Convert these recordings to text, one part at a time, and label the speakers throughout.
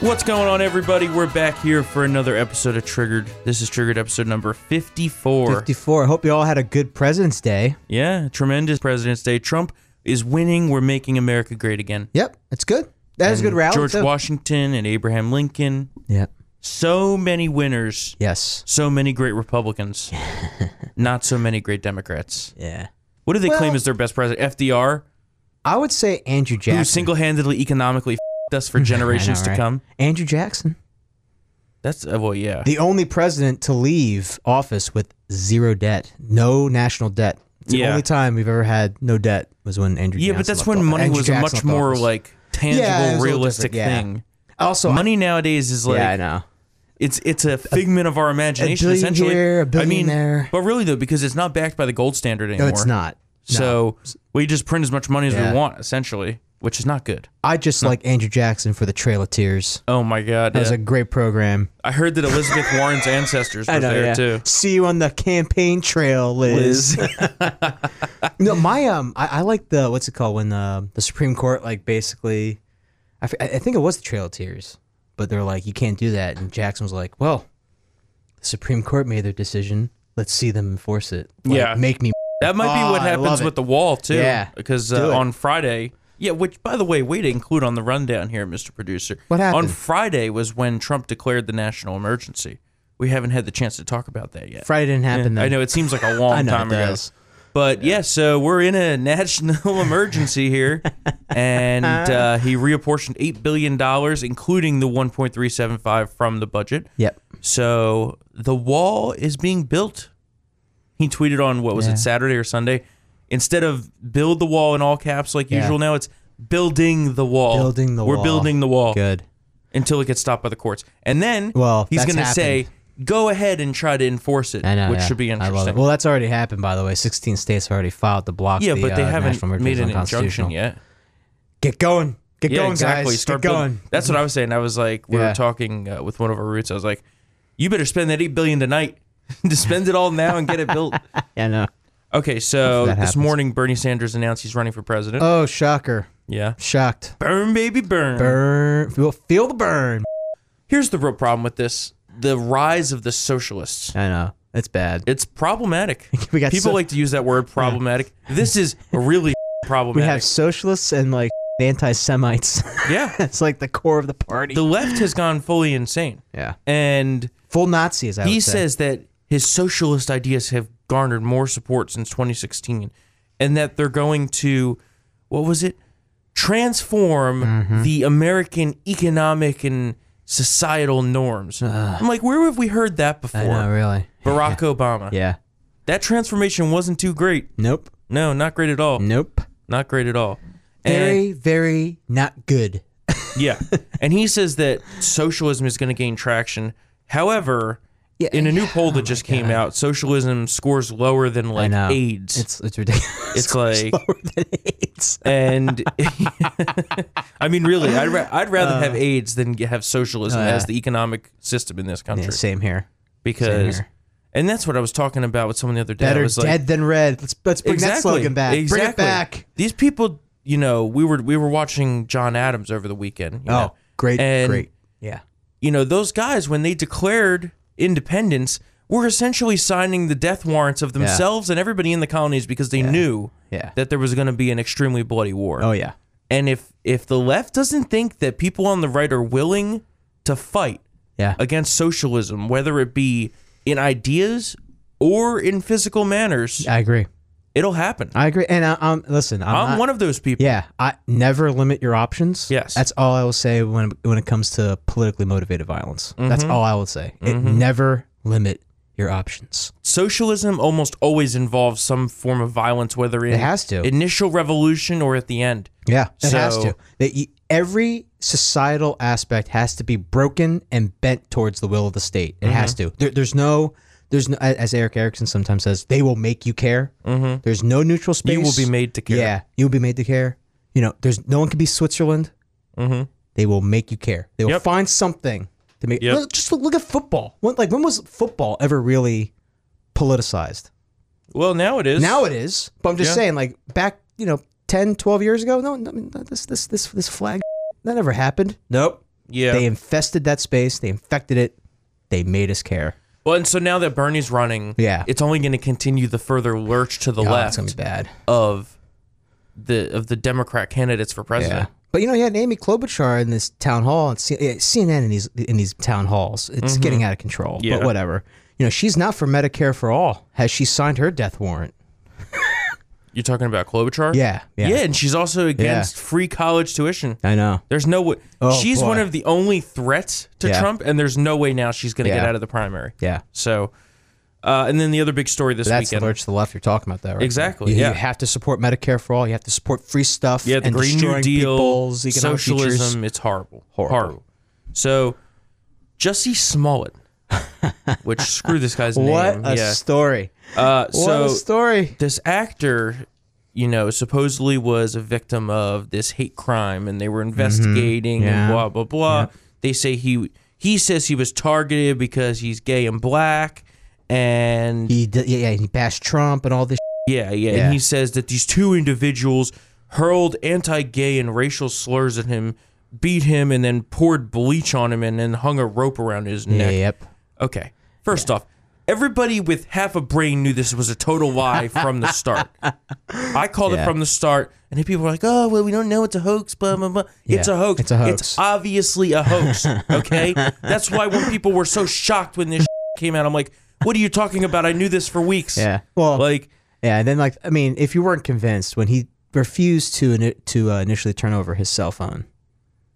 Speaker 1: What's going on, everybody? We're back here for another episode of Triggered. This is Triggered episode number 54.
Speaker 2: 54. I hope you all had a good President's Day.
Speaker 1: Yeah, tremendous President's Day. Trump is winning. We're making America great again.
Speaker 2: Yep, it's good. That was a good rally.
Speaker 1: George
Speaker 2: too.
Speaker 1: Washington and Abraham Lincoln.
Speaker 2: Yep.
Speaker 1: So many winners.
Speaker 2: Yes.
Speaker 1: So many great Republicans. Not so many great Democrats.
Speaker 2: Yeah.
Speaker 1: What do they claim
Speaker 2: Well-
Speaker 1: is their best president? FDR,
Speaker 2: I would say Andrew Jackson.
Speaker 1: who single handedly economically fed us for
Speaker 2: I know,
Speaker 1: generations to
Speaker 2: right?
Speaker 1: come.
Speaker 2: Andrew Jackson.
Speaker 1: That's, uh, well, yeah.
Speaker 2: The only president to leave office with zero debt, no national debt. It's the
Speaker 1: Yeah.
Speaker 2: only time we've ever had no debt was when Andrew
Speaker 1: yeah,
Speaker 2: Jackson
Speaker 1: but that's
Speaker 2: left
Speaker 1: when
Speaker 2: office.
Speaker 1: money
Speaker 2: Andrew
Speaker 1: was a
Speaker 2: Jackson
Speaker 1: much
Speaker 2: left
Speaker 1: more,
Speaker 2: office.
Speaker 1: like, tangible,
Speaker 2: it was a little
Speaker 1: realistic
Speaker 2: different, yeah.
Speaker 1: thing.
Speaker 2: Also,
Speaker 1: Money nowadays is like
Speaker 2: yeah, I know.
Speaker 1: it's it's a figment of our imagination
Speaker 2: billion
Speaker 1: essentially.
Speaker 2: here, a
Speaker 1: I
Speaker 2: billion
Speaker 1: mean,
Speaker 2: there.
Speaker 1: but really though, because it's not backed by the gold standard
Speaker 2: No,
Speaker 1: anymore.
Speaker 2: it's not. No.
Speaker 1: So we just print as much money as
Speaker 2: Yeah.
Speaker 1: we want, essentially, which is not good.
Speaker 2: I just like Andrew Jackson for the Trail of Tears.
Speaker 1: Oh my god!
Speaker 2: That was
Speaker 1: yeah.
Speaker 2: a great program.
Speaker 1: I heard that Elizabeth Warren's ancestors were there too.
Speaker 2: See you on the campaign trail, Liz. no, my um, I, I like the what's it called when uh, the the Supreme Court like basically, I, f- I think it was the Trail of Tears, but they're like you can't do that, and Jackson was like, well, the Supreme Court made their decision. Let's see them enforce it. Like,
Speaker 1: Yeah.
Speaker 2: make me.
Speaker 1: That might be
Speaker 2: Oh,
Speaker 1: what
Speaker 2: I
Speaker 1: happens
Speaker 2: love it.
Speaker 1: with the wall too.
Speaker 2: Yeah.
Speaker 1: because
Speaker 2: Do
Speaker 1: uh,
Speaker 2: it.
Speaker 1: on Friday. Yeah, which by the way, way to include on the rundown here, Mr. Producer.
Speaker 2: What happened?
Speaker 1: on Friday was when Trump declared the national emergency. We haven't had the chance to talk about that yet.
Speaker 2: Friday didn't happen.
Speaker 1: I
Speaker 2: though.
Speaker 1: know it seems like a long
Speaker 2: I know
Speaker 1: time
Speaker 2: it
Speaker 1: ago.
Speaker 2: does.
Speaker 1: But yeah. so we're in a national emergency here, and uh, he reapportioned eight billion dollars, including the one point three seven five from the budget.
Speaker 2: Yep.
Speaker 1: So the wall is being built. He tweeted on what was
Speaker 2: Yeah.
Speaker 1: it Saturday or Sunday? Instead of build the wall in all caps like
Speaker 2: Yeah.
Speaker 1: usual, now it's building the wall.
Speaker 2: Building the
Speaker 1: we're
Speaker 2: wall.
Speaker 1: building the wall
Speaker 2: Good.
Speaker 1: until it gets stopped by the courts, and then
Speaker 2: Well,
Speaker 1: he's
Speaker 2: that's
Speaker 1: going to say, "Go ahead and try to enforce it,"
Speaker 2: I know,
Speaker 1: which
Speaker 2: yeah.
Speaker 1: should be
Speaker 2: I love it.
Speaker 1: interesting.
Speaker 2: Well, that's already happened, by the way. Sixteen states already filed to block.
Speaker 1: Yeah,
Speaker 2: the,
Speaker 1: but they
Speaker 2: uh,
Speaker 1: haven't
Speaker 2: national emergency
Speaker 1: made
Speaker 2: as
Speaker 1: an
Speaker 2: unconstitutional.
Speaker 1: injunction yet.
Speaker 2: Get going. Get
Speaker 1: yeah,
Speaker 2: going,
Speaker 1: exactly.
Speaker 2: guys.
Speaker 1: Start
Speaker 2: Get
Speaker 1: building.
Speaker 2: going. Mm-hmm.
Speaker 1: That's what I was saying. I was like, we
Speaker 2: Yeah.
Speaker 1: were talking uh, with one of our roots. I was like, you better spend that eight billion tonight. to spend it all now and get it built.
Speaker 2: I know.
Speaker 1: Okay, so
Speaker 2: That
Speaker 1: this
Speaker 2: happens.
Speaker 1: morning Bernie Sanders announced he's running for president.
Speaker 2: Oh, shocker.
Speaker 1: yeah,
Speaker 2: Shocked.
Speaker 1: burn baby burn.
Speaker 2: Burn. Feel, feel the burn.
Speaker 1: Here's the real problem with this: the rise of the socialists.
Speaker 2: I know. It's bad.
Speaker 1: It's problematic.
Speaker 2: We got
Speaker 1: People
Speaker 2: so-
Speaker 1: like to use that word problematic. This is really
Speaker 2: We
Speaker 1: problematic.
Speaker 2: have socialists and like anti Semites.
Speaker 1: yeah,
Speaker 2: it's like the core of the party.
Speaker 1: the left has gone fully insane,
Speaker 2: yeah.
Speaker 1: and
Speaker 2: Full Nazis, I
Speaker 1: he
Speaker 2: would say.
Speaker 1: says that his socialist ideas have garnered more support since 2016 and that they're going to what was it transform
Speaker 2: Mm-hmm.
Speaker 1: the american economic and societal norms i'm like where have we heard that before
Speaker 2: I know, really.
Speaker 1: barack obama
Speaker 2: Yeah.
Speaker 1: that transformation wasn't too great
Speaker 2: Nope.
Speaker 1: no not great at all
Speaker 2: Nope.
Speaker 1: not great at all and,
Speaker 2: Very, very not good.
Speaker 1: yeah and he says that socialism is going to gain traction however
Speaker 2: Yeah, Oh
Speaker 1: in a new poll that just came out, socialism scores lower than
Speaker 2: I
Speaker 1: like
Speaker 2: know.
Speaker 1: AIDS.
Speaker 2: It's, it's ridiculous.
Speaker 1: It's like-
Speaker 2: Lower than AIDS.
Speaker 1: and I mean, really, I'd, ra- I'd rather have AIDS than g- have socialism
Speaker 2: Uh, oh, yeah.
Speaker 1: as the economic system in this country.
Speaker 2: Yeah, same here.
Speaker 1: because,
Speaker 2: here.
Speaker 1: and that's what I was talking about with someone the other day. I
Speaker 2: Better
Speaker 1: was like,
Speaker 2: dead than red. Let's let's bring
Speaker 1: exactly,
Speaker 2: that slogan back. Bring it
Speaker 1: exactly.
Speaker 2: back.
Speaker 1: These people, you know, we were we were watching John Adams over the weekend. you know,
Speaker 2: Oh, great,
Speaker 1: and,
Speaker 2: great. Yeah.
Speaker 1: You know, those guys when they declared independence were essentially signing the death warrants of themselves and everybody in the colonies because they knew
Speaker 2: Yeah.
Speaker 1: that there was going to be an extremely bloody war.
Speaker 2: Oh yeah.
Speaker 1: And if if the left doesn't think that people on the right are willing to fight
Speaker 2: Yeah.
Speaker 1: against socialism, whether it be in ideas or in physical manners,
Speaker 2: I agree.
Speaker 1: it'll happen.
Speaker 2: I agree. And I, um, listen, I'm,
Speaker 1: I'm
Speaker 2: not-
Speaker 1: one of those people.
Speaker 2: yeah. I never limit your options.
Speaker 1: Yes.
Speaker 2: that's all I will say when when it comes to politically motivated violence.
Speaker 1: Mm-hmm.
Speaker 2: That's all I will say. It never limit your options.
Speaker 1: Socialism almost always involves some form of violence, whether in
Speaker 2: It has to.
Speaker 1: initial revolution or at the end.
Speaker 2: Yeah, it has
Speaker 1: So-
Speaker 2: to. That you, every societal aspect has to be broken and bent towards the will of the state. It has
Speaker 1: Mm-hmm.
Speaker 2: to. There, there's no. There's no, as Eric Erickson sometimes says, they will make you care. Mm-hmm. There's no neutral space.
Speaker 1: You will be made to care.
Speaker 2: Yeah, you'll be made to care. You know, there's no one can be Switzerland.
Speaker 1: Mhm.
Speaker 2: They will make you care. They will
Speaker 1: Yep.
Speaker 2: find something to make.
Speaker 1: Yep.
Speaker 2: Look- Just look, look at football. When, like when was football ever really politicized?
Speaker 1: Well, now it is.
Speaker 2: Now it is, but I'm just
Speaker 1: Yeah.
Speaker 2: saying, like back, you know, 10, 12 years ago, no, no, I mean, this, this, this, this flag that never happened. Nope.
Speaker 1: Yeah.
Speaker 2: They infested that space. They infected it. They made us care.
Speaker 1: Well, and so now that Bernie's running,
Speaker 2: Yeah.
Speaker 1: it's only going to continue the further lurch to the
Speaker 2: Oh, it's
Speaker 1: left
Speaker 2: gonna be bad.
Speaker 1: of the of the Democrat candidates for
Speaker 2: Yeah.
Speaker 1: president.
Speaker 2: But you know, you had Amy Klobuchar in this town hall and C- yeah, CNN in these in these town halls. It's getting out of control.
Speaker 1: Mm-hmm. Yeah.
Speaker 2: But whatever. You know, she's not for Medicare for all. Has she signed her death warrant?
Speaker 1: You're talking about Klobuchar?
Speaker 2: Yeah.
Speaker 1: Yeah,
Speaker 2: Yeah.
Speaker 1: and she's also against free college tuition.
Speaker 2: I know.
Speaker 1: There's no way.
Speaker 2: Oh,
Speaker 1: she's
Speaker 2: boy.
Speaker 1: one of the only threats to
Speaker 2: Yeah.
Speaker 1: Trump, and there's no way now she's going to get
Speaker 2: Yeah.
Speaker 1: out of the primary.
Speaker 2: Yeah.
Speaker 1: So, uh, and then the other big story this
Speaker 2: That's
Speaker 1: weekend.
Speaker 2: the lurch to the left you're talking about, that right?
Speaker 1: Exactly,
Speaker 2: You,
Speaker 1: yeah.
Speaker 2: you have to support Medicare for all. You have to support free stuff.
Speaker 1: yeah, the
Speaker 2: and
Speaker 1: Green New
Speaker 2: destroying
Speaker 1: Deal,
Speaker 2: people's economic features.
Speaker 1: socialism. It's horrible.
Speaker 2: Horrible.
Speaker 1: So, Jussie Smollett, which screw this guy's
Speaker 2: What
Speaker 1: name.
Speaker 2: a
Speaker 1: yeah.
Speaker 2: story!
Speaker 1: Uh,
Speaker 2: What
Speaker 1: so
Speaker 2: a story!
Speaker 1: this actor, you know, supposedly was a victim of this hate crime, and they were investigating
Speaker 2: Mm-hmm. Yeah.
Speaker 1: and blah blah blah. They say he he says he was targeted because he's gay and black, and
Speaker 2: He did, yeah, yeah, he bashed Trump and all this.
Speaker 1: yeah, yeah,
Speaker 2: Yeah.
Speaker 1: And he says that these two individuals hurled anti-gay and racial slurs at him, beat him, and then poured bleach on him, and then hung a rope around his
Speaker 2: shit.
Speaker 1: neck.
Speaker 2: Yep.
Speaker 1: Okay. First off, everybody with half a brain knew this was a total lie from the start. I called it
Speaker 2: Yeah.
Speaker 1: from the start, and then people were like, "Oh, well, we don't know it's a hoax." Blah blah blah. It's
Speaker 2: Yeah,
Speaker 1: a hoax.
Speaker 2: it's a
Speaker 1: It's
Speaker 2: hoax.
Speaker 1: obviously a hoax. Okay, that's why when people were so shocked when this came out, I'm like, "What are you talking about? I knew this for weeks."
Speaker 2: Yeah. Well,
Speaker 1: Like,
Speaker 2: yeah, and then like, I mean, if you weren't convinced when he refused to ini- to uh, initially turn over his cell phone,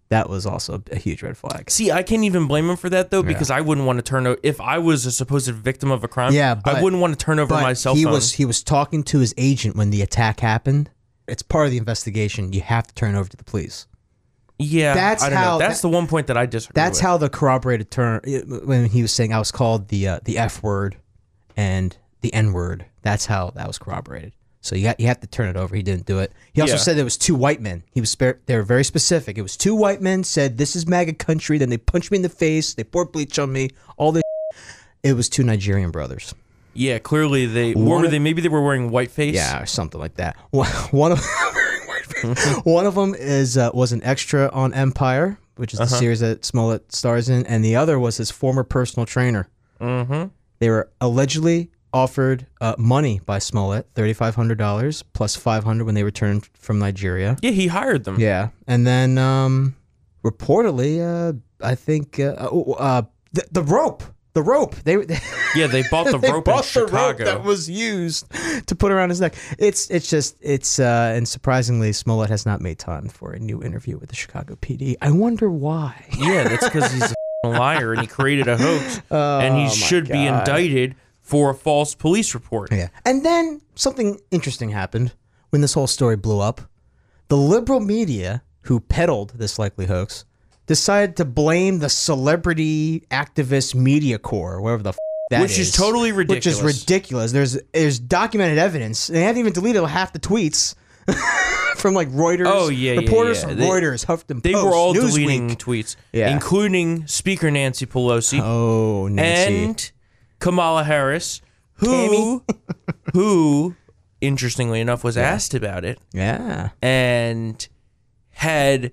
Speaker 2: that was also a huge red flag.
Speaker 1: see, I can't even blame him for that though, because I wouldn't want to turn over if I was a supposed victim of a crime.
Speaker 2: Yeah, but-
Speaker 1: I wouldn't want to turn over
Speaker 2: But
Speaker 1: my cell
Speaker 2: he
Speaker 1: phone.
Speaker 2: was he was talking to his agent when the attack happened. It's part of the investigation. You have to turn over to the police.
Speaker 1: yeah,
Speaker 2: that's
Speaker 1: I don't know.
Speaker 2: how-
Speaker 1: That's the one point that I disagree.
Speaker 2: That's
Speaker 1: with.
Speaker 2: how the corroborated term when he was saying I was called the uh, the F word and the N word. That's how that was corroborated. So you got you have to turn it over. He didn't do it. He also
Speaker 1: Yeah.
Speaker 2: said it was two white men. He was spare, they were very specific. It was two white men said this is MAGA country. Then they punched me in the face. They poured bleach on me. All this. It was two Nigerian brothers.
Speaker 1: Yeah, clearly they what were they maybe they were wearing whiteface.
Speaker 2: Yeah, or something like that. One one of one of them is uh, was an extra on Empire, which is the series that Smollett stars in, and the other was his former personal trainer.
Speaker 1: Mm-hmm.
Speaker 2: They were allegedly offered uh, money by Smollett, thirty five hundred dollars plus five hundred when they returned from Nigeria.
Speaker 1: Yeah, he hired them.
Speaker 2: Yeah, and then um, reportedly, uh, I think uh, oh, uh, the, the rope, the rope. They, they
Speaker 1: Yeah, they bought the
Speaker 2: they
Speaker 1: rope in
Speaker 2: bought the rope
Speaker 1: Chicago.
Speaker 2: that was used to put around his neck. It's it's just it's uh, and surprisingly, Smollett has not made time for a new interview with the Chicago PD. I wonder why.
Speaker 1: yeah, that's because he's a liar and he created a hoax,
Speaker 2: Oh
Speaker 1: and he should be indicted for a false police report.
Speaker 2: Yeah. And then something interesting happened when this whole story blew up. The liberal media, who peddled this likely hoax, decided to blame the celebrity activist media corps, wherever the f- that
Speaker 1: Which is totally
Speaker 2: Which
Speaker 1: ridiculous.
Speaker 2: is ridiculous. There's there's documented evidence. They haven't even deleted half the tweets from like Reuters.
Speaker 1: Oh, yeah, yeah,
Speaker 2: reporters
Speaker 1: yeah.
Speaker 2: from
Speaker 1: They-
Speaker 2: Reuters, Huffington
Speaker 1: They
Speaker 2: Post,
Speaker 1: were all
Speaker 2: Newsweek.
Speaker 1: deleting tweets,
Speaker 2: Yeah.
Speaker 1: including Speaker Nancy Pelosi
Speaker 2: Oh, Nancy.
Speaker 1: and Kamala Harris, who, who, interestingly enough, was asked about it.
Speaker 2: yeah.
Speaker 1: and had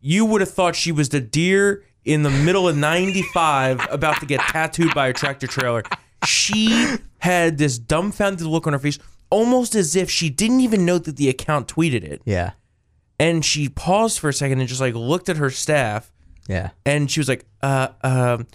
Speaker 1: you would have thought she was the deer in the middle of 95 about to get tattooed by a tractor trailer she had this dumbfounded look on her face almost as if she didn't even know that the account tweeted it
Speaker 2: Yeah.
Speaker 1: and she paused for a second and just like looked at her staff
Speaker 2: Yeah.
Speaker 1: and she was like uh um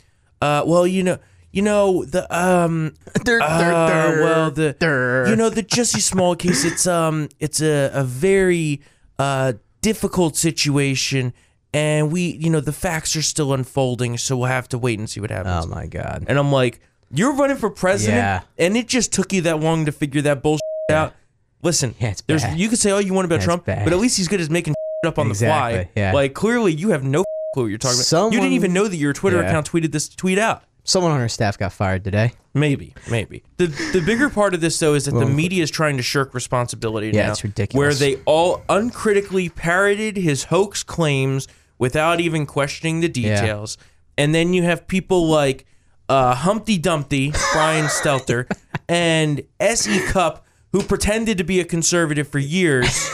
Speaker 1: uh well you know you know the um uh, well the
Speaker 2: Er.
Speaker 1: you know the Jesse Small case. It's um it's a, a very uh difficult situation, and we you know the facts are still unfolding, so we'll have to wait and see what happens.
Speaker 2: Oh my god.
Speaker 1: and I'm like, you're running for president,
Speaker 2: Yeah.
Speaker 1: and it just took you that long to figure that bullshit out. Listen,
Speaker 2: Yeah, it's
Speaker 1: there's
Speaker 2: bad.
Speaker 1: you could say all you want about
Speaker 2: That's
Speaker 1: Trump,
Speaker 2: bad.
Speaker 1: but at least he's good as making up on the fly.
Speaker 2: Exactly, yeah.
Speaker 1: Like clearly, you have no clue what you're talking about. you
Speaker 2: Someone-
Speaker 1: didn't even know that your Twitter
Speaker 2: Yeah.
Speaker 1: account tweeted this tweet out.
Speaker 2: Someone on her staff got fired today.
Speaker 1: Maybe, maybe. The the bigger part of this though is that the media is trying to shirk responsibility
Speaker 2: Yeah,
Speaker 1: now.
Speaker 2: it's ridiculous.
Speaker 1: Where they all uncritically parroted his hoax claims without even questioning the details. And then you have people like uh, Humpty Dumpty, Brian Stelter, and S.E. Cup, who pretended to be a conservative for years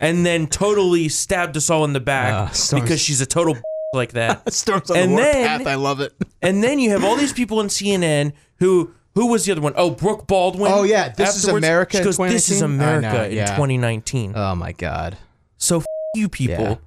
Speaker 1: and then totally stabbed us all in the back
Speaker 2: Uh, Storm-
Speaker 1: because she's a total like that.
Speaker 3: Storms on
Speaker 1: And
Speaker 3: the
Speaker 1: then-
Speaker 3: warpath. I love it.
Speaker 1: And then you have all these people on CNN who who was the other one? Oh, Brooke Baldwin.
Speaker 3: Oh, yeah, This Is
Speaker 1: Afterwards,
Speaker 3: America
Speaker 1: She
Speaker 3: in
Speaker 1: goes, "This is
Speaker 3: 2019?" I
Speaker 1: America
Speaker 3: know,
Speaker 1: in
Speaker 3: yeah.
Speaker 1: 2019."
Speaker 2: Oh my god.
Speaker 1: So f- you people,
Speaker 2: Yeah.
Speaker 1: f-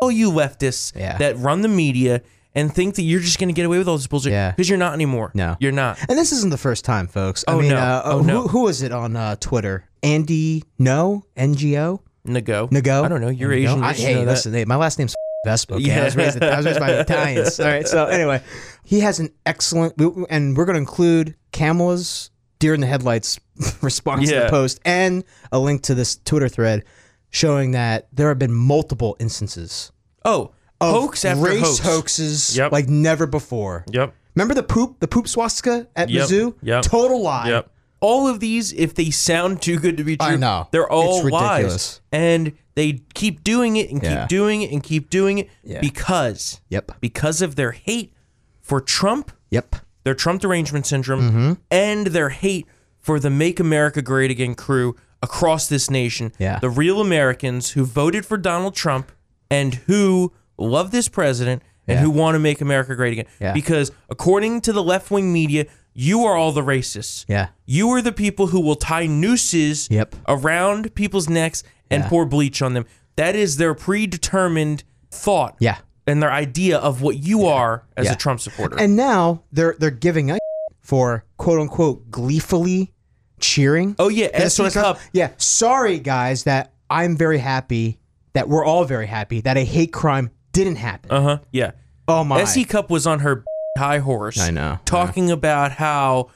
Speaker 1: all you leftists
Speaker 2: Yeah.
Speaker 1: that run the media and think that you're just going to get away with all this bullshit
Speaker 2: Yeah.
Speaker 1: because you're not anymore.
Speaker 2: No.
Speaker 1: you're not.
Speaker 2: And this isn't the first time, folks. I
Speaker 1: Oh,
Speaker 2: mean,
Speaker 1: no.
Speaker 2: uh,
Speaker 1: Oh,
Speaker 2: who,
Speaker 1: no.
Speaker 2: who was it on uh, Twitter? Andy No NGO
Speaker 1: Nago.
Speaker 2: Nago.
Speaker 1: I don't know. You're Asian.
Speaker 2: I,
Speaker 1: you should
Speaker 2: hey,
Speaker 1: know that.
Speaker 2: listen, hey, my last name's Vespa. Okay? I, was raised, I was raised by Italians. All right. So anyway, he has an excellent, we- and we're going to include Kamala's deer in the headlights response to
Speaker 1: Yeah.
Speaker 2: the post and a link to this Twitter thread showing that there have been multiple instances
Speaker 1: Oh,
Speaker 2: of
Speaker 1: hoax after
Speaker 2: race
Speaker 1: hoax.
Speaker 2: hoaxes
Speaker 1: Yep.
Speaker 2: like never before.
Speaker 1: Yep.
Speaker 2: Remember the poop, the poop swastika at
Speaker 1: Yep,
Speaker 2: Mizzou?
Speaker 1: yep,
Speaker 2: Total lie.
Speaker 1: Yep. All of these, if they sound too good to be true,
Speaker 2: I know.
Speaker 1: they're all
Speaker 2: It's
Speaker 1: lies.
Speaker 2: ridiculous.
Speaker 1: And they keep doing it and
Speaker 2: Yeah.
Speaker 1: keep doing it and keep doing it
Speaker 2: Yeah.
Speaker 1: because
Speaker 2: Yep.
Speaker 1: because of their hate for Trump,
Speaker 2: Yep.
Speaker 1: their Trump derangement syndrome,
Speaker 2: Mm-hmm.
Speaker 1: and their hate for the Make America Great Again crew across this nation.
Speaker 2: Yeah.
Speaker 1: The real Americans who voted for Donald Trump and who love this president and
Speaker 2: Yeah.
Speaker 1: who want to make America great again.
Speaker 2: Yeah.
Speaker 1: Because according to the left wing media, you are all the racists.
Speaker 2: Yeah.
Speaker 1: You are the people who will tie nooses
Speaker 2: Yep.
Speaker 1: around people's necks and pour bleach on them. That is their predetermined thought
Speaker 2: Yeah.
Speaker 1: and their idea of what you are as
Speaker 2: Yeah.
Speaker 1: a Trump supporter.
Speaker 2: And now they're they're giving a for quote unquote gleefully cheering.
Speaker 1: oh yeah,
Speaker 2: That's
Speaker 1: SC
Speaker 2: what it's
Speaker 1: Cup.
Speaker 2: called. Yeah. Sorry guys that I'm very happy that we're all very happy that a hate crime didn't happen.
Speaker 1: Uh E huh. Yeah.
Speaker 2: oh my.
Speaker 1: SC Cup was on her high horse.
Speaker 2: I know.
Speaker 1: Talking about how,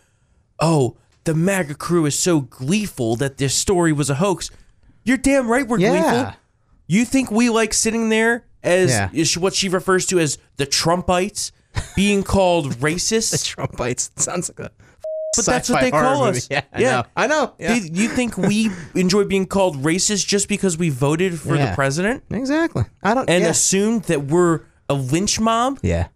Speaker 1: oh, the MAGA crew is so gleeful that this story was a hoax. You're damn right we're
Speaker 2: yeah.
Speaker 1: gleeful. You think we like sitting there as
Speaker 2: Yeah.
Speaker 1: is what she refers to as the Trumpites being called racists?
Speaker 2: Trumpites sounds like a
Speaker 1: But that's what
Speaker 2: sci-fi
Speaker 1: they call
Speaker 2: horror
Speaker 1: us.
Speaker 2: movie. Yeah. I
Speaker 1: Yeah.
Speaker 2: know. I know. Yeah.
Speaker 1: Did you think we enjoy being called racist just because we voted for the
Speaker 2: Yeah.
Speaker 1: president
Speaker 2: exactly. I don't
Speaker 1: and
Speaker 2: yeah.
Speaker 1: assumed that we're a lynch mob?
Speaker 2: Yeah.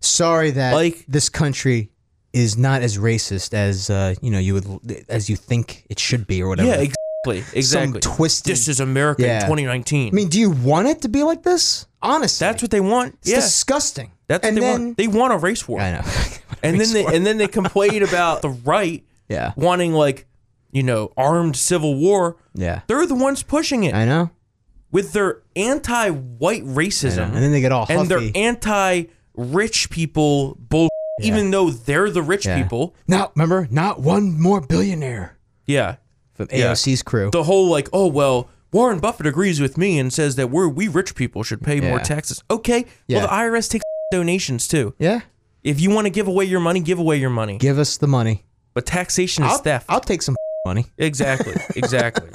Speaker 2: Sorry that
Speaker 1: Like-
Speaker 2: this country is not as racist as uh, you know you would as you think it should be or whatever.
Speaker 1: Yeah, exactly. Exactly.
Speaker 2: Some twisted.
Speaker 1: This is America
Speaker 2: Yeah.
Speaker 1: in 2019.
Speaker 2: I mean, do you want it to be like this? Honestly,
Speaker 1: that's what they want.
Speaker 2: it's
Speaker 1: yeah.
Speaker 2: disgusting.
Speaker 1: that's what
Speaker 2: and
Speaker 1: they
Speaker 2: then,
Speaker 1: want. They want a race war.
Speaker 2: I know.
Speaker 1: And then they, and then they complain about the right
Speaker 2: yeah,
Speaker 1: wanting like, you know, armed civil war.
Speaker 2: yeah,
Speaker 1: They're the ones pushing it
Speaker 2: I know.
Speaker 1: with their anti-white racism.
Speaker 2: And then they get all
Speaker 1: and
Speaker 2: huffy.
Speaker 1: they're anti-rich people bull. Even though they're the rich
Speaker 2: Yeah.
Speaker 1: people,
Speaker 2: not remember, not one more billionaire
Speaker 1: yeah,
Speaker 2: from
Speaker 1: Yeah.
Speaker 2: AOC's crew.
Speaker 1: the whole like, oh well, Warren Buffett agrees with me and says that we're we rich people should pay more
Speaker 2: Yeah.
Speaker 1: taxes. Okay,
Speaker 2: Yeah.
Speaker 1: well the IRS takes donations too.
Speaker 2: yeah,
Speaker 1: If you want to give away your money, give away your money.
Speaker 2: give us the money.
Speaker 1: But taxation is
Speaker 2: I'll,
Speaker 1: theft.
Speaker 2: I'll take some money.
Speaker 1: exactly, exactly.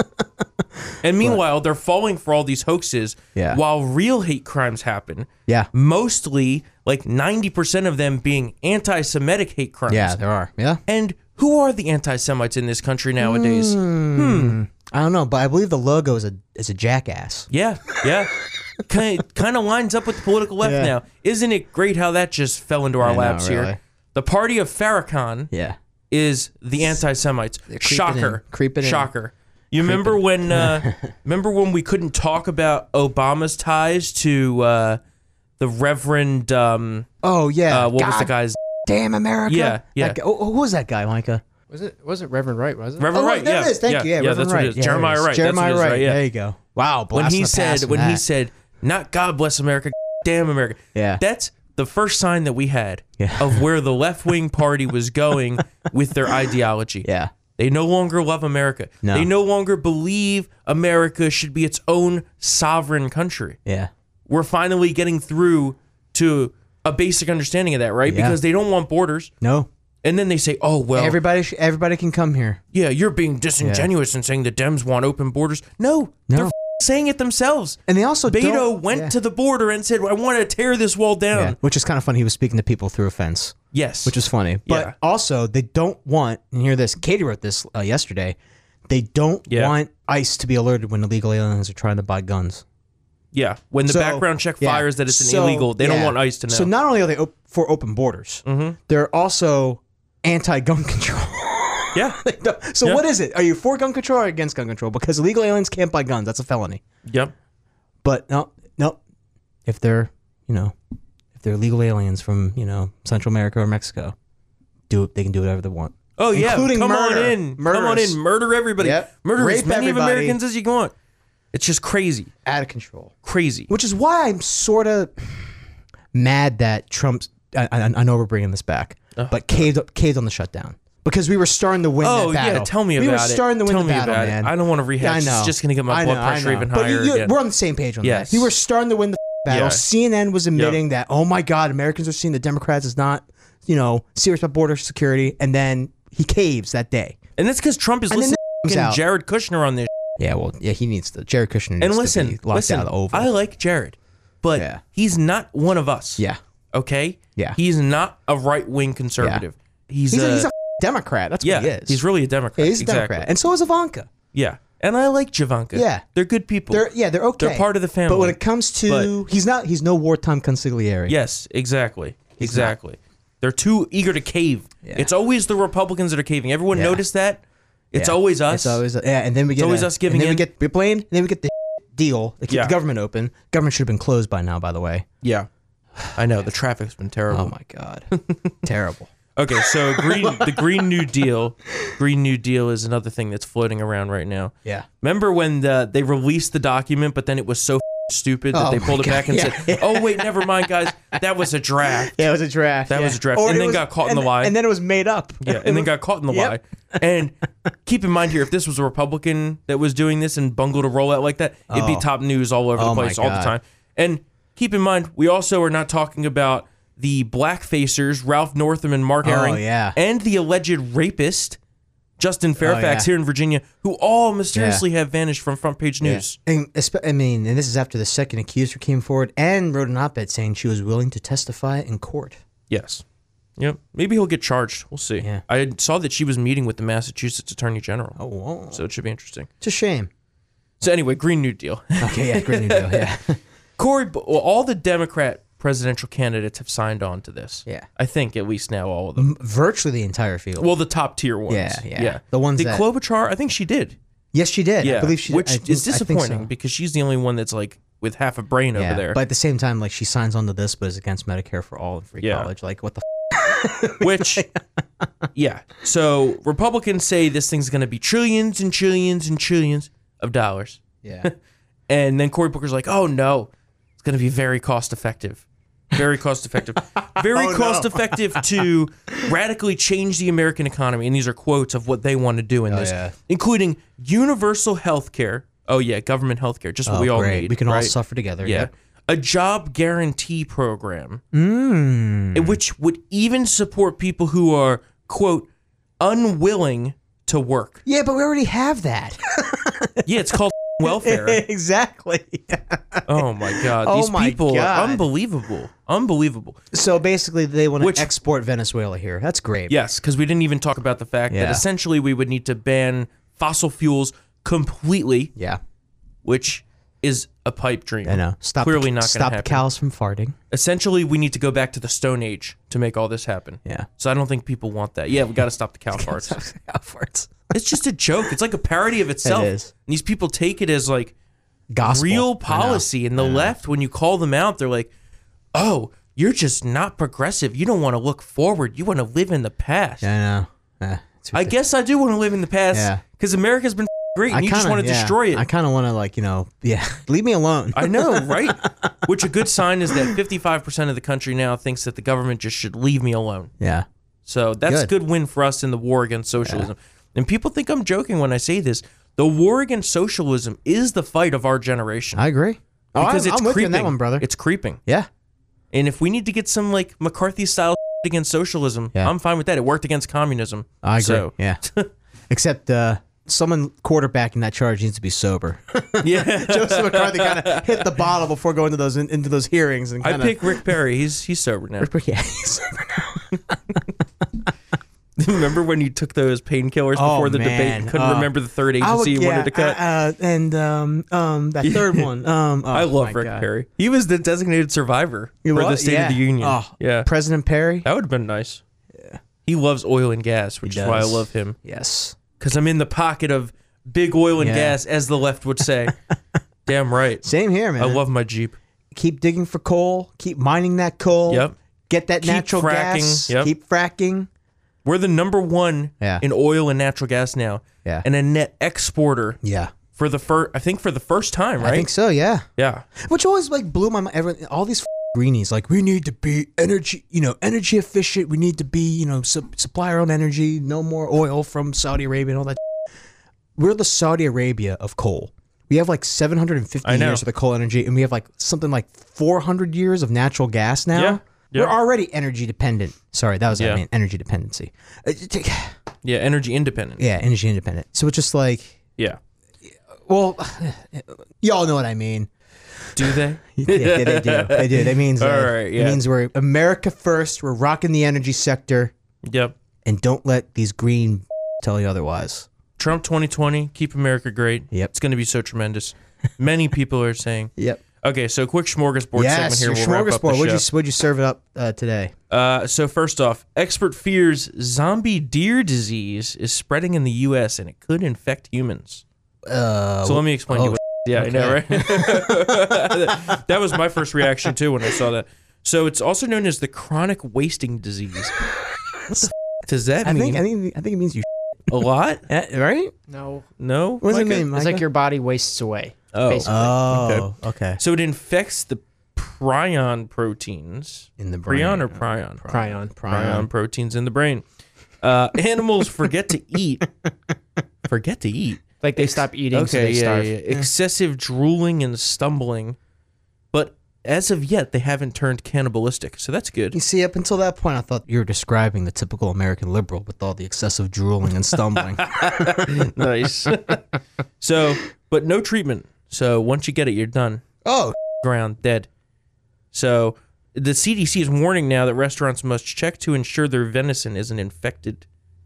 Speaker 1: and meanwhile, they're falling for all these hoaxes
Speaker 2: Yeah.
Speaker 1: while real hate crimes happen.
Speaker 2: Yeah,
Speaker 1: Mostly, like 90% of them being anti Semitic hate crimes.
Speaker 2: yeah, there are. Yeah,
Speaker 1: And who are the anti Semites in this country nowadays?
Speaker 2: Hmm. I don't know, but I believe the logo is a is a jackass.
Speaker 1: Yeah, yeah. kind kind of lines up with the political left
Speaker 2: Yeah.
Speaker 1: now. Isn't it great how that just fell into our
Speaker 2: know,
Speaker 1: laps
Speaker 2: really.
Speaker 1: here? The party of Farrakhan
Speaker 2: Yeah,
Speaker 1: is the anti-Semites.
Speaker 2: creeping
Speaker 1: Shocker,
Speaker 2: in, creeping in.
Speaker 1: Shocker. You remember when? Uh, remember when we couldn't talk about Obama's ties to uh, the Reverend? Um,
Speaker 2: Oh yeah.
Speaker 1: uh, what was
Speaker 2: God
Speaker 1: the guy's
Speaker 2: Damn America.
Speaker 1: Yeah,
Speaker 2: That
Speaker 1: yeah.
Speaker 2: guy- oh, oh, who was that guy, Micah?
Speaker 3: Was it was it Reverend Wright? Was it?
Speaker 1: Reverend
Speaker 2: oh,
Speaker 1: Wright?
Speaker 2: There
Speaker 1: yeah,
Speaker 2: it is. Thank
Speaker 1: yeah,
Speaker 2: you. Yeah,
Speaker 1: yeah,
Speaker 2: Reverend
Speaker 1: that's
Speaker 2: Wright.
Speaker 1: what it is.
Speaker 2: Yeah, there
Speaker 1: Jeremiah
Speaker 2: it is.
Speaker 1: Wright.
Speaker 2: Jeremiah
Speaker 1: that's what it is,
Speaker 2: Wright.
Speaker 1: Yeah.
Speaker 2: There you go. Wow.
Speaker 1: when
Speaker 2: blast
Speaker 1: he
Speaker 2: from the past
Speaker 1: said
Speaker 2: on
Speaker 1: when he
Speaker 2: that.
Speaker 1: said not God bless America, damn America.
Speaker 2: Yeah.
Speaker 1: That's the first sign that we had
Speaker 2: Yeah.
Speaker 1: of where the left wing party was going with their ideology.
Speaker 2: Yeah.
Speaker 1: They no longer love America.
Speaker 2: No.
Speaker 1: They no longer believe America should be its own sovereign country.
Speaker 2: Yeah.
Speaker 1: We're finally getting through to a basic understanding of that, right?
Speaker 2: Yeah.
Speaker 1: Because they don't want borders.
Speaker 2: No.
Speaker 1: And then they say, "Oh well,
Speaker 2: Everybody sh- everybody can come here.
Speaker 1: yeah, you're being disingenuous and saying the Dems want open borders." No,
Speaker 2: No.
Speaker 1: they're f- saying it themselves.
Speaker 2: And they also
Speaker 1: Beto
Speaker 2: don't-
Speaker 1: went
Speaker 2: yeah.
Speaker 1: to the border and said, "I want to tear this wall down."
Speaker 2: Yeah, which is kind of funny. He was speaking to people through a fence,
Speaker 1: Yes,
Speaker 2: which is funny. But
Speaker 1: Yeah.
Speaker 2: also, they don't want, and hear this, Katie wrote this uh, yesterday. They don't
Speaker 1: Yeah.
Speaker 2: want ICE to be alerted when illegal aliens are trying to buy guns.
Speaker 1: yeah. When the
Speaker 2: So-
Speaker 1: background check
Speaker 2: yeah.
Speaker 1: fires that it's an
Speaker 2: So,
Speaker 1: illegal, they don't
Speaker 2: yeah.
Speaker 1: want ICE to know. Mm-hmm.
Speaker 2: So not only are they op- for open borders, they're also anti-gun control.
Speaker 1: yeah,
Speaker 2: No, so
Speaker 1: Yeah.
Speaker 2: what is it? Are you for gun control or against gun control? Because illegal aliens can't buy guns. That's a felony.
Speaker 1: yep.
Speaker 2: But no, no. If they're you you know, if they're illegal aliens from you know Central America or Mexico, do it. They can do whatever they want.
Speaker 1: Oh yeah,
Speaker 3: Including
Speaker 1: come
Speaker 3: murder.
Speaker 1: on in, come on
Speaker 3: Murders.
Speaker 1: in, murder everybody,
Speaker 3: Yep.
Speaker 1: murder as
Speaker 3: Rape
Speaker 1: many of
Speaker 3: everybody.
Speaker 1: Americans as you want. It's just crazy,
Speaker 3: Out of control.
Speaker 1: crazy.
Speaker 2: Which is why I'm sort of mad that Trump's. I, I, I know we're bringing this back,
Speaker 1: Uh-huh.
Speaker 2: but caved up, caved on the shutdown because we were starting to win.
Speaker 1: Oh
Speaker 2: that battle.
Speaker 1: yeah, tell me about
Speaker 2: we
Speaker 1: it.
Speaker 2: We were starting to win
Speaker 1: tell
Speaker 2: the
Speaker 1: me
Speaker 2: battle,
Speaker 1: about
Speaker 2: man.
Speaker 1: It. I don't want to
Speaker 2: Yeah, I
Speaker 1: rehash.
Speaker 2: know.
Speaker 1: It's just gonna get my
Speaker 2: I know,
Speaker 1: blood pressure
Speaker 2: I know.
Speaker 1: even
Speaker 2: but you-
Speaker 1: higher.
Speaker 2: you-
Speaker 1: again.
Speaker 2: We're on the same page on
Speaker 1: Yes.
Speaker 2: that. You were starting to win the battle.
Speaker 1: Yeah.
Speaker 2: CNN was admitting that, oh my God, Americans are seeing the Democrats is not, you know, serious about border security. And then he caves that day.
Speaker 1: And that's because Trump is
Speaker 2: And then
Speaker 1: listening
Speaker 2: comes
Speaker 1: to
Speaker 2: out.
Speaker 1: Jared Kushner on this.
Speaker 2: Yeah, well, yeah, he needs to. Jared Kushner needs
Speaker 1: And listen,
Speaker 2: to be locked
Speaker 1: listen,
Speaker 2: out of the Oval.
Speaker 1: I like Jared, but
Speaker 2: Yeah.
Speaker 1: he's not one of us.
Speaker 2: yeah.
Speaker 1: Okay.
Speaker 2: Yeah.
Speaker 1: He's not a right wing conservative. He's,
Speaker 2: He's
Speaker 1: a,
Speaker 2: a, he's a Democrat. That's
Speaker 1: yeah.
Speaker 2: what he is.
Speaker 1: He's really a Democrat.
Speaker 2: he's a
Speaker 1: exactly.
Speaker 2: Democrat. And so is Ivanka.
Speaker 1: Yeah. And I like Javanka.
Speaker 2: Yeah.
Speaker 1: They're good people.
Speaker 2: They're, yeah, they're okay.
Speaker 1: They're part of the family.
Speaker 2: But when it comes to, he's not, he's no wartime consigliere.
Speaker 1: yes, exactly. Exactly. They're too eager to cave. It's always the Republicans that are caving. Everyone
Speaker 2: Yeah.
Speaker 1: noticed that? It's
Speaker 2: Yeah.
Speaker 1: always us.
Speaker 2: It's always yeah, and then we get
Speaker 1: always
Speaker 2: a-
Speaker 1: us giving
Speaker 2: and then
Speaker 1: in.
Speaker 2: We get we blame, and then we get the deal to keep
Speaker 1: Yeah.
Speaker 2: the government open. Government should have been closed by now, by the way.
Speaker 1: yeah. I know. The traffic's been terrible.
Speaker 2: Oh my god, terrible.
Speaker 1: Okay, so green the Green New Deal, Green New Deal is another thing that's floating around right now.
Speaker 2: Yeah.
Speaker 1: Remember when the, they released the document, but then it was so f- stupid that
Speaker 2: Oh
Speaker 1: they
Speaker 2: my
Speaker 1: pulled it
Speaker 2: God,
Speaker 1: back and
Speaker 2: yeah.
Speaker 1: said, "Oh wait, never mind, guys. That was a draft."
Speaker 2: Yeah, it was a draft.
Speaker 1: That was a draft. And
Speaker 2: it
Speaker 1: then got caught in the
Speaker 2: and-
Speaker 1: lie.
Speaker 2: And then it was made up.
Speaker 1: Yeah, and then got caught in the
Speaker 2: Yep.
Speaker 1: lie. And keep in mind here, if this was a Republican that was doing this and bungled a rollout like that, it'd be top news all over the
Speaker 2: Oh my
Speaker 1: place all the
Speaker 2: God.
Speaker 1: time. And keep in mind, we also are not talking about the black facers, Ralph Northam and Mark Herring,
Speaker 2: Oh, yeah. Oh,
Speaker 1: and the alleged rapist, Justin Fairfax
Speaker 2: yeah.
Speaker 1: here in Virginia, who all mysteriously have vanished from front page news.
Speaker 2: And espe- I mean, and this is after the second accuser came forward and wrote an op-ed saying she was willing to testify in court.
Speaker 1: Yes. Yep. Maybe he'll get charged. We'll see.
Speaker 2: Yeah.
Speaker 1: I saw that she was meeting with the Massachusetts Attorney General.
Speaker 2: Oh, whoa.
Speaker 1: So it should be interesting.
Speaker 2: it's a shame.
Speaker 1: So anyway, Green New Deal.
Speaker 2: Okay, yeah, great new deal. Yeah,
Speaker 1: Cory, well, all the Democrat presidential candidates have signed on to this.
Speaker 2: Yeah.
Speaker 1: I think at least now all of them.
Speaker 2: virtually the entire field.
Speaker 1: Well, the top tier ones.
Speaker 2: Yeah, yeah. The ones
Speaker 1: Did
Speaker 2: that-
Speaker 1: Klobuchar? I think she did.
Speaker 2: yes, she did.
Speaker 1: Yeah,
Speaker 2: I believe she.
Speaker 1: which
Speaker 2: I
Speaker 1: is
Speaker 2: think- I think so.
Speaker 1: disappointing because she's the only one that's like with half a brain over there.
Speaker 2: But at the same time, like she signs onto this, but is against Medicare for all and free
Speaker 1: Yeah.
Speaker 2: college. Like what the
Speaker 1: which, yeah. So Republicans say this thing's going to be trillions and trillions and trillions of dollars,
Speaker 2: yeah.
Speaker 1: and then Cory Booker's like, "Oh no, it's going to be very cost effective." Very cost effective. Very
Speaker 2: Oh,
Speaker 1: cost effective to radically change the American economy. And these are quotes of what they want to do in this,
Speaker 2: Oh, yeah.
Speaker 1: including universal health care. Oh, yeah, government health care, just what we all
Speaker 2: Oh, Great.
Speaker 1: need.
Speaker 2: we can all
Speaker 1: right?
Speaker 2: suffer together.
Speaker 1: Yeah.
Speaker 2: Yep.
Speaker 1: A job guarantee program,
Speaker 2: Hmm.
Speaker 1: mm. which would even support people who are, quote, unwilling to work.
Speaker 2: Yeah, but we already have that.
Speaker 1: Yeah, it's called welfare.
Speaker 2: exactly.
Speaker 1: Oh, my God.
Speaker 2: Oh
Speaker 1: These
Speaker 2: my
Speaker 1: people are
Speaker 2: God.
Speaker 1: unbelievable. Unbelievable.
Speaker 2: So basically, they want
Speaker 1: Which-
Speaker 2: to export Venezuela here. That's great.
Speaker 1: Yes, because we didn't even talk about the fact that
Speaker 2: Yeah.
Speaker 1: essentially we would need to ban fossil fuels completely,
Speaker 2: Yeah.
Speaker 1: which is a pipe dream.
Speaker 2: I know. Stop.
Speaker 1: Clearly
Speaker 2: the,
Speaker 1: not gonna
Speaker 2: Stop the
Speaker 1: happen.
Speaker 2: cows from farting.
Speaker 1: Essentially, we need to go back to the Stone Age to make all this happen.
Speaker 2: Yeah.
Speaker 1: So I don't think people want that. Yeah, we got to stop the cow farts.
Speaker 2: cow farts.
Speaker 1: it's just a joke. It's like a parody of itself.
Speaker 2: is.
Speaker 1: And these people take it as like
Speaker 2: Gospel.
Speaker 1: real
Speaker 2: I know.
Speaker 1: policy. And the left, when you call them out, they're like, "Oh, you're just not progressive. You don't want to look forward. You want to live in the past."
Speaker 2: I know. Yeah, it's
Speaker 1: I
Speaker 2: ridiculous.
Speaker 1: guess I do want to live in the
Speaker 2: Yeah.
Speaker 1: past because America's been great, and you just
Speaker 2: kinda-
Speaker 1: want to
Speaker 2: yeah,
Speaker 1: destroy it.
Speaker 2: I kind of want to like you know yeah. Leave me alone.
Speaker 1: I know, right? Which a good sign is that 55% of the country now thinks that the government just should leave me alone.
Speaker 2: yeah.
Speaker 1: So that's a
Speaker 2: Good.
Speaker 1: good win for us in the war against socialism. And people think I'm joking when I say this. The war against socialism is the fight of our generation.
Speaker 2: I agree. Oh,
Speaker 1: because
Speaker 2: I'm,
Speaker 1: it's
Speaker 2: I'm with
Speaker 1: creeping.
Speaker 2: you on that one, brother.
Speaker 1: It's creeping.
Speaker 2: yeah.
Speaker 1: And if we need to get some like McCarthy style against socialism,
Speaker 2: Yeah.
Speaker 1: I'm fine with that. It worked against communism.
Speaker 2: I agree.
Speaker 1: So,
Speaker 2: yeah. Except uh, someone quarterbacking that charge needs to be sober.
Speaker 1: yeah.
Speaker 2: Joseph McCarthy kind of hit the bottle before going to those in, into those hearings and
Speaker 1: I
Speaker 2: kind of.
Speaker 1: pick Rick Perry. He's he's sober now.
Speaker 2: yeah, he's sober now.
Speaker 1: remember when you took those painkillers
Speaker 2: Oh,
Speaker 1: before the debate
Speaker 2: man.
Speaker 1: and couldn't
Speaker 2: Uh,
Speaker 1: remember the third agency
Speaker 2: I would-
Speaker 1: you
Speaker 2: yeah,
Speaker 1: wanted to cut? I,
Speaker 2: uh, and um, um, that third one. Um, oh,
Speaker 1: love
Speaker 2: my
Speaker 1: Rick
Speaker 2: God.
Speaker 1: Perry. He was the designated survivor
Speaker 2: You
Speaker 1: for the
Speaker 2: what?
Speaker 1: State
Speaker 2: Yeah.
Speaker 1: of the Union.
Speaker 2: Oh,
Speaker 1: yeah,
Speaker 2: President Perry.
Speaker 1: that would have been nice. He loves oil and gas, which is why I
Speaker 2: does.
Speaker 1: love him.
Speaker 2: Yes.
Speaker 1: Because I'm in the pocket of big oil and
Speaker 2: Yeah.
Speaker 1: gas, as the left would say. Damn right.
Speaker 2: Same here, man.
Speaker 1: I love my Jeep.
Speaker 2: keep digging for coal, keep mining that coal.
Speaker 1: Yep.
Speaker 2: Get that
Speaker 1: Keep
Speaker 2: natural
Speaker 1: fracking,
Speaker 2: gas.
Speaker 1: yep.
Speaker 2: Keep fracking.
Speaker 1: We're the number one
Speaker 2: Yeah.
Speaker 1: in oil and natural gas now,
Speaker 2: Yeah.
Speaker 1: and a net exporter
Speaker 2: Yeah.
Speaker 1: for the first. I think for the first time, right?
Speaker 2: I think so, yeah.
Speaker 1: Yeah,
Speaker 2: Which always like blew my mind. Everyone, all these f- greenies, like we need to be energy, you know, energy efficient. We need to be, you know, su- supply our own energy. No more oil from Saudi Arabia and all that. We're the Saudi Arabia of coal. We have like 750
Speaker 1: I know.
Speaker 2: years of the coal energy, and we have like something like 400 years of natural gas now.
Speaker 1: Yeah, yeah.
Speaker 2: We're already energy dependent. Sorry, that was
Speaker 1: Yeah.
Speaker 2: I mean energy dependency. Uh, t-
Speaker 1: yeah. Energy independent.
Speaker 2: Yeah, energy independent. So it's just like,
Speaker 1: Yeah.
Speaker 2: well, y'all know what I mean.
Speaker 1: Do they?
Speaker 2: yeah, they, they do. They do. That means uh,
Speaker 1: All right,
Speaker 2: it
Speaker 1: yeah.
Speaker 2: means we're America first. We're rocking the energy sector,
Speaker 1: yep.
Speaker 2: and don't let these green tell you otherwise.
Speaker 1: Trump 2020, keep America great.
Speaker 2: Yep.
Speaker 1: It's going to be so tremendous. Many people are saying.
Speaker 2: Yep.
Speaker 1: Okay, so quick smorgasbord
Speaker 2: Yes,
Speaker 1: segment
Speaker 2: your
Speaker 1: here. We'll wrap up the
Speaker 2: smorgasbord. Would you
Speaker 1: show.
Speaker 2: would you serve it up uh, today?
Speaker 1: Uh, so first off, expert fears zombie deer disease is spreading in the U.S. and it could infect humans.
Speaker 2: Uh,
Speaker 1: So let me explain to
Speaker 2: oh,
Speaker 1: you. What, yeah, I know, right? that was my first reaction too when I saw that. So it's also known as the chronic wasting disease. What the f- does that
Speaker 2: I
Speaker 1: mean?
Speaker 2: think I think I think it means you.
Speaker 1: a lot?
Speaker 2: right?
Speaker 3: No.
Speaker 1: No.
Speaker 2: What does it
Speaker 1: Micah?
Speaker 2: mean?
Speaker 3: It's
Speaker 2: Micah?
Speaker 3: like your body wastes away.
Speaker 1: Oh.
Speaker 3: basically.
Speaker 2: Oh, okay.
Speaker 1: So it infects the prion proteins
Speaker 2: In the brain.
Speaker 1: prion or prion?
Speaker 3: Prion.
Speaker 1: prion proteins in the brain. Uh, animals forget to eat. Forget to eat.
Speaker 3: Like they stop eating, so they
Speaker 1: yeah,
Speaker 3: starve.
Speaker 1: yeah, yeah. Excessive drooling and stumbling, but as of yet, they haven't turned cannibalistic, so that's
Speaker 2: You
Speaker 1: good.
Speaker 2: see, up until that point, I thought you were describing the typical American liberal with all the excessive drooling and stumbling.
Speaker 1: nice. so, but no treatment. So once you get it, you're done.
Speaker 2: oh,
Speaker 1: Ground dead. So the CDC is warning now that restaurants must check to ensure their venison isn't infected,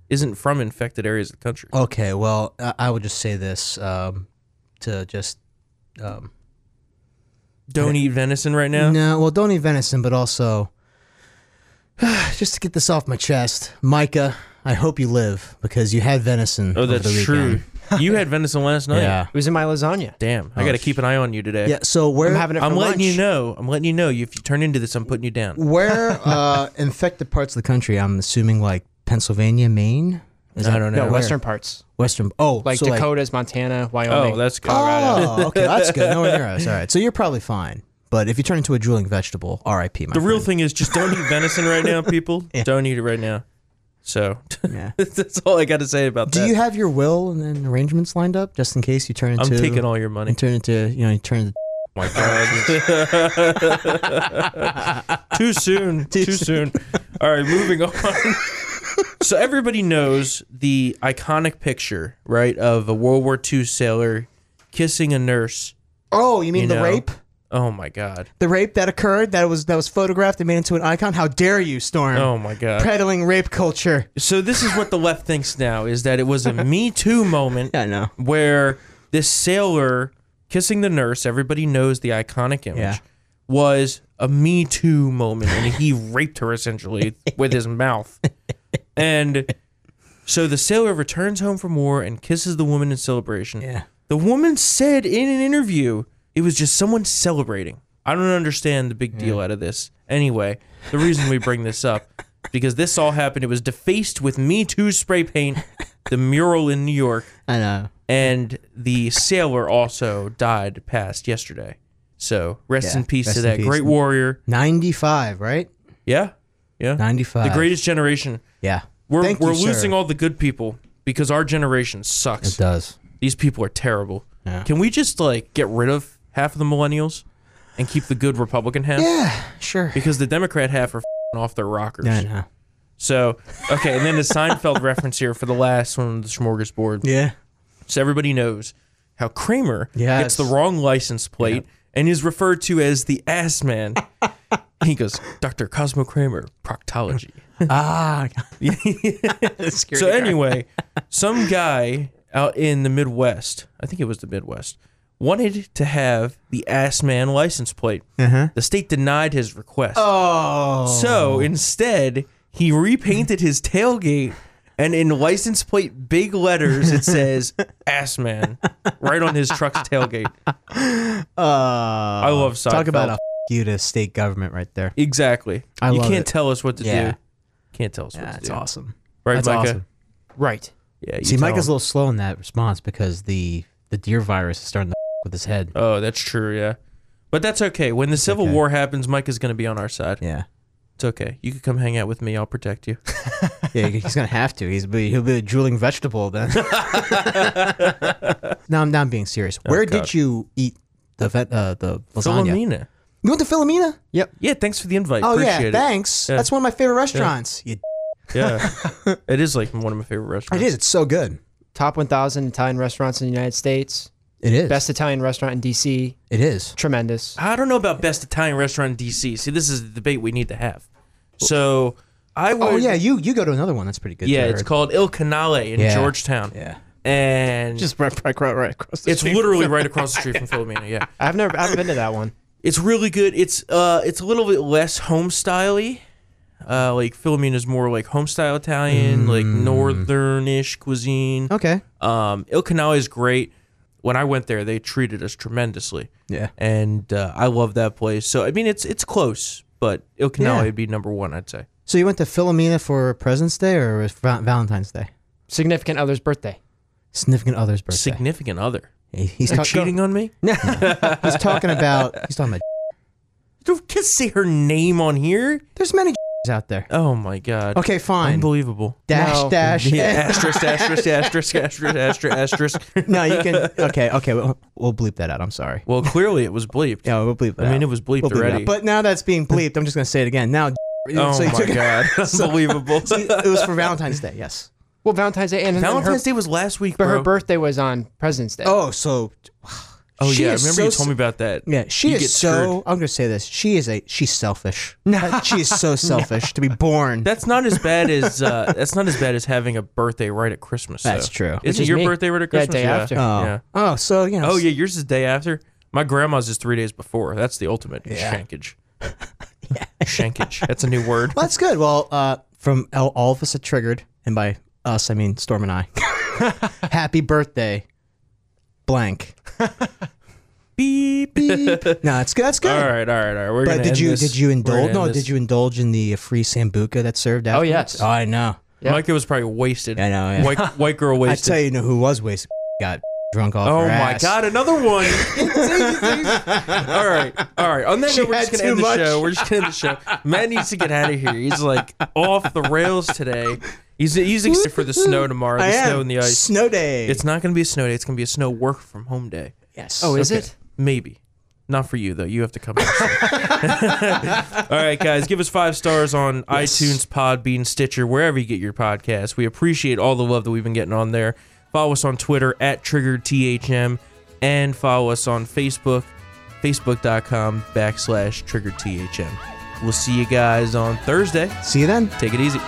Speaker 1: isn't from infected areas of the country.
Speaker 2: Okay, well, I, I would just say this um, to just um,
Speaker 1: Don't eat venison right now.
Speaker 2: no, well, don't eat venison, but also just to get this off my chest, Micah. I hope you live because you had venison.
Speaker 1: Oh,
Speaker 2: over
Speaker 1: that's
Speaker 2: the
Speaker 1: true.
Speaker 2: weekend.
Speaker 1: You had venison last night.
Speaker 2: Yeah,
Speaker 3: It was in my lasagna.
Speaker 1: Damn, I got to keep an eye on you today.
Speaker 2: yeah. So where
Speaker 3: I'm having it for
Speaker 1: I'm letting
Speaker 3: lunch.
Speaker 1: you know. I'm letting you know. If you turn into this, I'm putting you down.
Speaker 2: where uh, infected parts of the country? I'm assuming like Pennsylvania, Maine. Is that-
Speaker 1: I don't know.
Speaker 2: No,
Speaker 3: No,
Speaker 2: where?
Speaker 3: western parts.
Speaker 2: Western. Oh,
Speaker 3: Like
Speaker 2: so,
Speaker 3: Dakotas, Montana, Wyoming.
Speaker 1: Oh, that's good.
Speaker 2: oh, okay, that's good. Nowhere near us. All right, so you're probably fine. But if you turn into a drooling vegetable, R.I.P. My
Speaker 1: The real
Speaker 2: friend.
Speaker 1: thing is just don't eat venison right now, people. Don't eat it right now. So
Speaker 2: Yeah.
Speaker 1: that's all I got to say about
Speaker 2: Do
Speaker 1: that.
Speaker 2: you have your will and then arrangements lined up just in case you turn into?
Speaker 1: I'm taking all your money.
Speaker 2: You turn into you know you turn into.
Speaker 1: my God. Too soon. Too soon. All right, moving on. so everybody knows the iconic picture, right, of a World War II sailor kissing a nurse.
Speaker 2: Oh, you mean
Speaker 1: You
Speaker 2: the
Speaker 1: know.
Speaker 2: rape?
Speaker 1: Oh my god.
Speaker 2: The rape that occurred that was that was photographed and made into an icon. How dare you, Storm?
Speaker 1: Oh my god.
Speaker 2: Peddling rape culture.
Speaker 1: So this is what the left thinks now is that it was a Me Too moment
Speaker 2: I know.
Speaker 1: where this sailor kissing the nurse, everybody knows the iconic image,
Speaker 2: Yeah.
Speaker 1: was a Me Too moment, and he raped her essentially with his mouth. And so the sailor returns home from war and kisses the woman in celebration.
Speaker 2: Yeah.
Speaker 1: The woman said in an interview it was just someone celebrating. I don't understand the big deal out of this. Anyway, the reason we bring this up because this all happened. It was defaced with Me Too spray paint, the mural in New York
Speaker 2: I know.
Speaker 1: and the sailor also died past yesterday. So rest
Speaker 2: Yeah,
Speaker 1: in peace
Speaker 2: rest
Speaker 1: to
Speaker 2: in
Speaker 1: that
Speaker 2: peace.
Speaker 1: great warrior.
Speaker 2: Ninety five, right?
Speaker 1: Yeah, yeah,
Speaker 2: Ninety five.
Speaker 1: the greatest generation.
Speaker 2: Yeah.
Speaker 1: We're
Speaker 2: Thank
Speaker 1: we're
Speaker 2: you, sir.
Speaker 1: losing all the good people because our generation
Speaker 2: It
Speaker 1: sucks.
Speaker 2: does.
Speaker 1: These people are terrible.
Speaker 2: Yeah.
Speaker 1: Can we just like get rid of half of the millennials and keep the good Republican half?
Speaker 2: Yeah. Sure.
Speaker 1: Because the Democrat half are fing off their rockers.
Speaker 2: Yeah. I know.
Speaker 1: So okay, and then the Seinfeld reference here for the last one, of the smorgasbord.
Speaker 2: Yeah.
Speaker 1: so everybody knows how Kramer
Speaker 2: Yes.
Speaker 1: gets the wrong license plate and is referred to as the ass man. he goes, Dr. Cosmo Kramer, proctology.
Speaker 2: ah.
Speaker 1: so anyway, some guy out in the Midwest, I think it was the Midwest, wanted to have the ass man license plate.
Speaker 2: Uh-huh.
Speaker 1: The state denied his request.
Speaker 2: Oh.
Speaker 1: So instead, he repainted his tailgate, and in license plate big letters, it says "Ass Man" right on his truck's tailgate.
Speaker 2: Uh, I
Speaker 1: love
Speaker 2: Uh, Talk
Speaker 1: Seinfeld.
Speaker 2: about a you to state government right there.
Speaker 1: Exactly.
Speaker 2: I
Speaker 1: you
Speaker 2: love
Speaker 1: can't
Speaker 2: it.
Speaker 1: tell us what to
Speaker 2: Yeah.
Speaker 1: do. Can't tell us what to
Speaker 2: That's
Speaker 1: do.
Speaker 2: awesome.
Speaker 1: Right,
Speaker 2: That's
Speaker 1: Micah?
Speaker 2: awesome.
Speaker 3: Right.
Speaker 1: Yeah. You
Speaker 2: See,
Speaker 1: tell
Speaker 2: Micah's a
Speaker 1: him.
Speaker 2: little slow in that response because the the deer virus is starting to f- with his head.
Speaker 1: Oh, that's true. Yeah. But that's okay. When the Civil
Speaker 2: okay.
Speaker 1: War happens, Micah's going to be on our side.
Speaker 2: Yeah,
Speaker 1: It's okay. You can come hang out with me. I'll protect you.
Speaker 2: yeah, he's gonna have to. He's be, he'll be a drooling vegetable then. now, I'm, now I'm being serious. Where
Speaker 1: God.
Speaker 2: did you eat the vet, uh, the lasagna?
Speaker 1: Philomena.
Speaker 2: You went to Philomena? Yep.
Speaker 1: Yeah. Thanks for the invite.
Speaker 2: Oh
Speaker 1: Appreciate
Speaker 2: yeah,
Speaker 1: it.
Speaker 2: thanks.
Speaker 1: Yeah.
Speaker 2: That's one of my favorite restaurants. You d-
Speaker 1: Yeah. it is like one of my favorite restaurants.
Speaker 2: It is. It's so good.
Speaker 3: Top 1,000 Italian restaurants in the United States.
Speaker 2: It is.
Speaker 3: Best Italian restaurant in D.C.
Speaker 2: It is.
Speaker 3: Tremendous.
Speaker 1: I don't know about best Italian restaurant in DC. See, this is the debate we need to have. So I would.
Speaker 2: Oh yeah, you you go to another one that's pretty good.
Speaker 1: Yeah,
Speaker 2: too, I
Speaker 1: it's
Speaker 2: heard.
Speaker 1: called Il Canale in
Speaker 2: Yeah.
Speaker 1: Georgetown.
Speaker 2: Yeah.
Speaker 1: And
Speaker 2: Just right, right, right, right across the
Speaker 1: it's
Speaker 2: street.
Speaker 1: literally right across the street from Philomena. Yeah.
Speaker 3: I've never, I haven't been to that one.
Speaker 1: It's really good. It's uh, it's a little bit less home y. Uh, like Philomena's more like home style Italian, like northernish cuisine.
Speaker 2: Mm. okay.
Speaker 1: Um, Il Canale is great. When I went there, they treated us tremendously,
Speaker 2: Yeah.
Speaker 1: and uh, I love that place. So I mean, it's it's close, but Il Canale
Speaker 2: Yeah.
Speaker 1: would be number one, I'd say.
Speaker 2: So you went to Philomena for President's Day or was Val- Valentine's Day?
Speaker 3: Significant other's birthday.
Speaker 2: Significant other's birthday.
Speaker 1: Significant other
Speaker 2: He- he's,
Speaker 1: You're
Speaker 2: talk-
Speaker 1: cheating on me.
Speaker 2: he's talking about. He's talking about.
Speaker 1: You can't say her name on here.
Speaker 2: There's many out there.
Speaker 1: Oh my god.
Speaker 2: Okay, fine.
Speaker 1: Unbelievable.
Speaker 2: Dash
Speaker 3: No.
Speaker 2: dash.
Speaker 1: Yeah, asterisk, asterisk, asterisk, asterisk, asterisk, asterisk.
Speaker 2: no, you can. Okay, okay. We'll, we'll bleep that out. I'm sorry.
Speaker 1: Well, clearly it was bleeped.
Speaker 2: Yeah, we'll bleep that.
Speaker 1: I mean,
Speaker 2: out.
Speaker 1: it was bleeped
Speaker 2: We'll bleep it out.
Speaker 1: already.
Speaker 2: But now that's being bleeped. I'm just gonna say it again. Now.
Speaker 1: oh
Speaker 2: so you
Speaker 1: my
Speaker 2: took it-
Speaker 1: god, unbelievable!
Speaker 2: It was for Valentine's Day. Yes.
Speaker 3: Well, Valentine's Day and then
Speaker 1: Valentine's
Speaker 3: her,
Speaker 1: Day was last week,
Speaker 3: but
Speaker 1: bro.
Speaker 3: her birthday was on President's Day.
Speaker 2: Oh, so.
Speaker 1: oh
Speaker 2: She
Speaker 1: yeah, I
Speaker 2: is
Speaker 1: remember
Speaker 2: so
Speaker 1: you told me about that.
Speaker 2: Yeah, she
Speaker 1: You get
Speaker 2: is so.
Speaker 1: screwed.
Speaker 2: I'm gonna say this. She is a. She's selfish. she is so selfish to be born.
Speaker 1: That's not as bad as uh, that's not as bad as having a birthday right at Christmas. though.
Speaker 2: That's true.
Speaker 1: Isn't
Speaker 3: is
Speaker 1: your
Speaker 3: me.
Speaker 1: birthday right at
Speaker 3: Yeah,
Speaker 1: Christmas?
Speaker 3: day after.
Speaker 2: oh.
Speaker 1: yeah.
Speaker 2: Oh, so you know.
Speaker 1: Oh yeah, yours is day after. My grandma's is three days before. That's the ultimate shankage. Shankage. That's a new word.
Speaker 2: Well, that's good. Well, uh, from all, all of us at Triggered, and by us I mean Storm and I. Happy birthday, blank.
Speaker 1: Beep.
Speaker 2: Beep. No, it's good. That's good.
Speaker 1: All right, all right, all right. We're
Speaker 2: But
Speaker 1: gonna
Speaker 2: did
Speaker 1: end
Speaker 2: you
Speaker 1: this.
Speaker 2: did you
Speaker 1: We're
Speaker 2: indulge?
Speaker 1: gonna
Speaker 2: No,
Speaker 1: end this. Oh,
Speaker 2: did you indulge in the free sambuca that's served after?
Speaker 3: yes.
Speaker 2: I know.
Speaker 3: Yeah.
Speaker 1: Micah was probably wasted.
Speaker 2: I know, yeah.
Speaker 1: White, white girl
Speaker 2: I
Speaker 1: wasted.
Speaker 2: tell you, know who was wasted? Got drunk off.
Speaker 1: Oh
Speaker 2: her
Speaker 1: my
Speaker 2: ass.
Speaker 1: God! Another one. all right, all right. On that
Speaker 2: She
Speaker 1: note, we're just
Speaker 2: had
Speaker 1: gonna
Speaker 2: too
Speaker 1: end the
Speaker 2: much.
Speaker 1: show. We're just gonna end the show. Matt needs to get out of here. He's like off the rails today. He's he's excited for the snow tomorrow. The
Speaker 2: I am.
Speaker 1: snow and the ice.
Speaker 2: Snow day.
Speaker 1: It's not gonna be a snow day. It's gonna be a snow work from home day.
Speaker 2: yes.
Speaker 3: Oh, is
Speaker 1: Okay.
Speaker 3: it?
Speaker 1: Maybe. Not for you though. You have to come. back. All right, guys, give us five stars on iTunes, Podbean, Stitcher, wherever you get your podcasts. We appreciate all the love that we've been getting on there. Follow us on Twitter at TriggeredTHM and follow us on Facebook, facebook.com backslash TriggeredTHM. We'll see you guys on Thursday.
Speaker 2: See you then.
Speaker 1: Take it easy.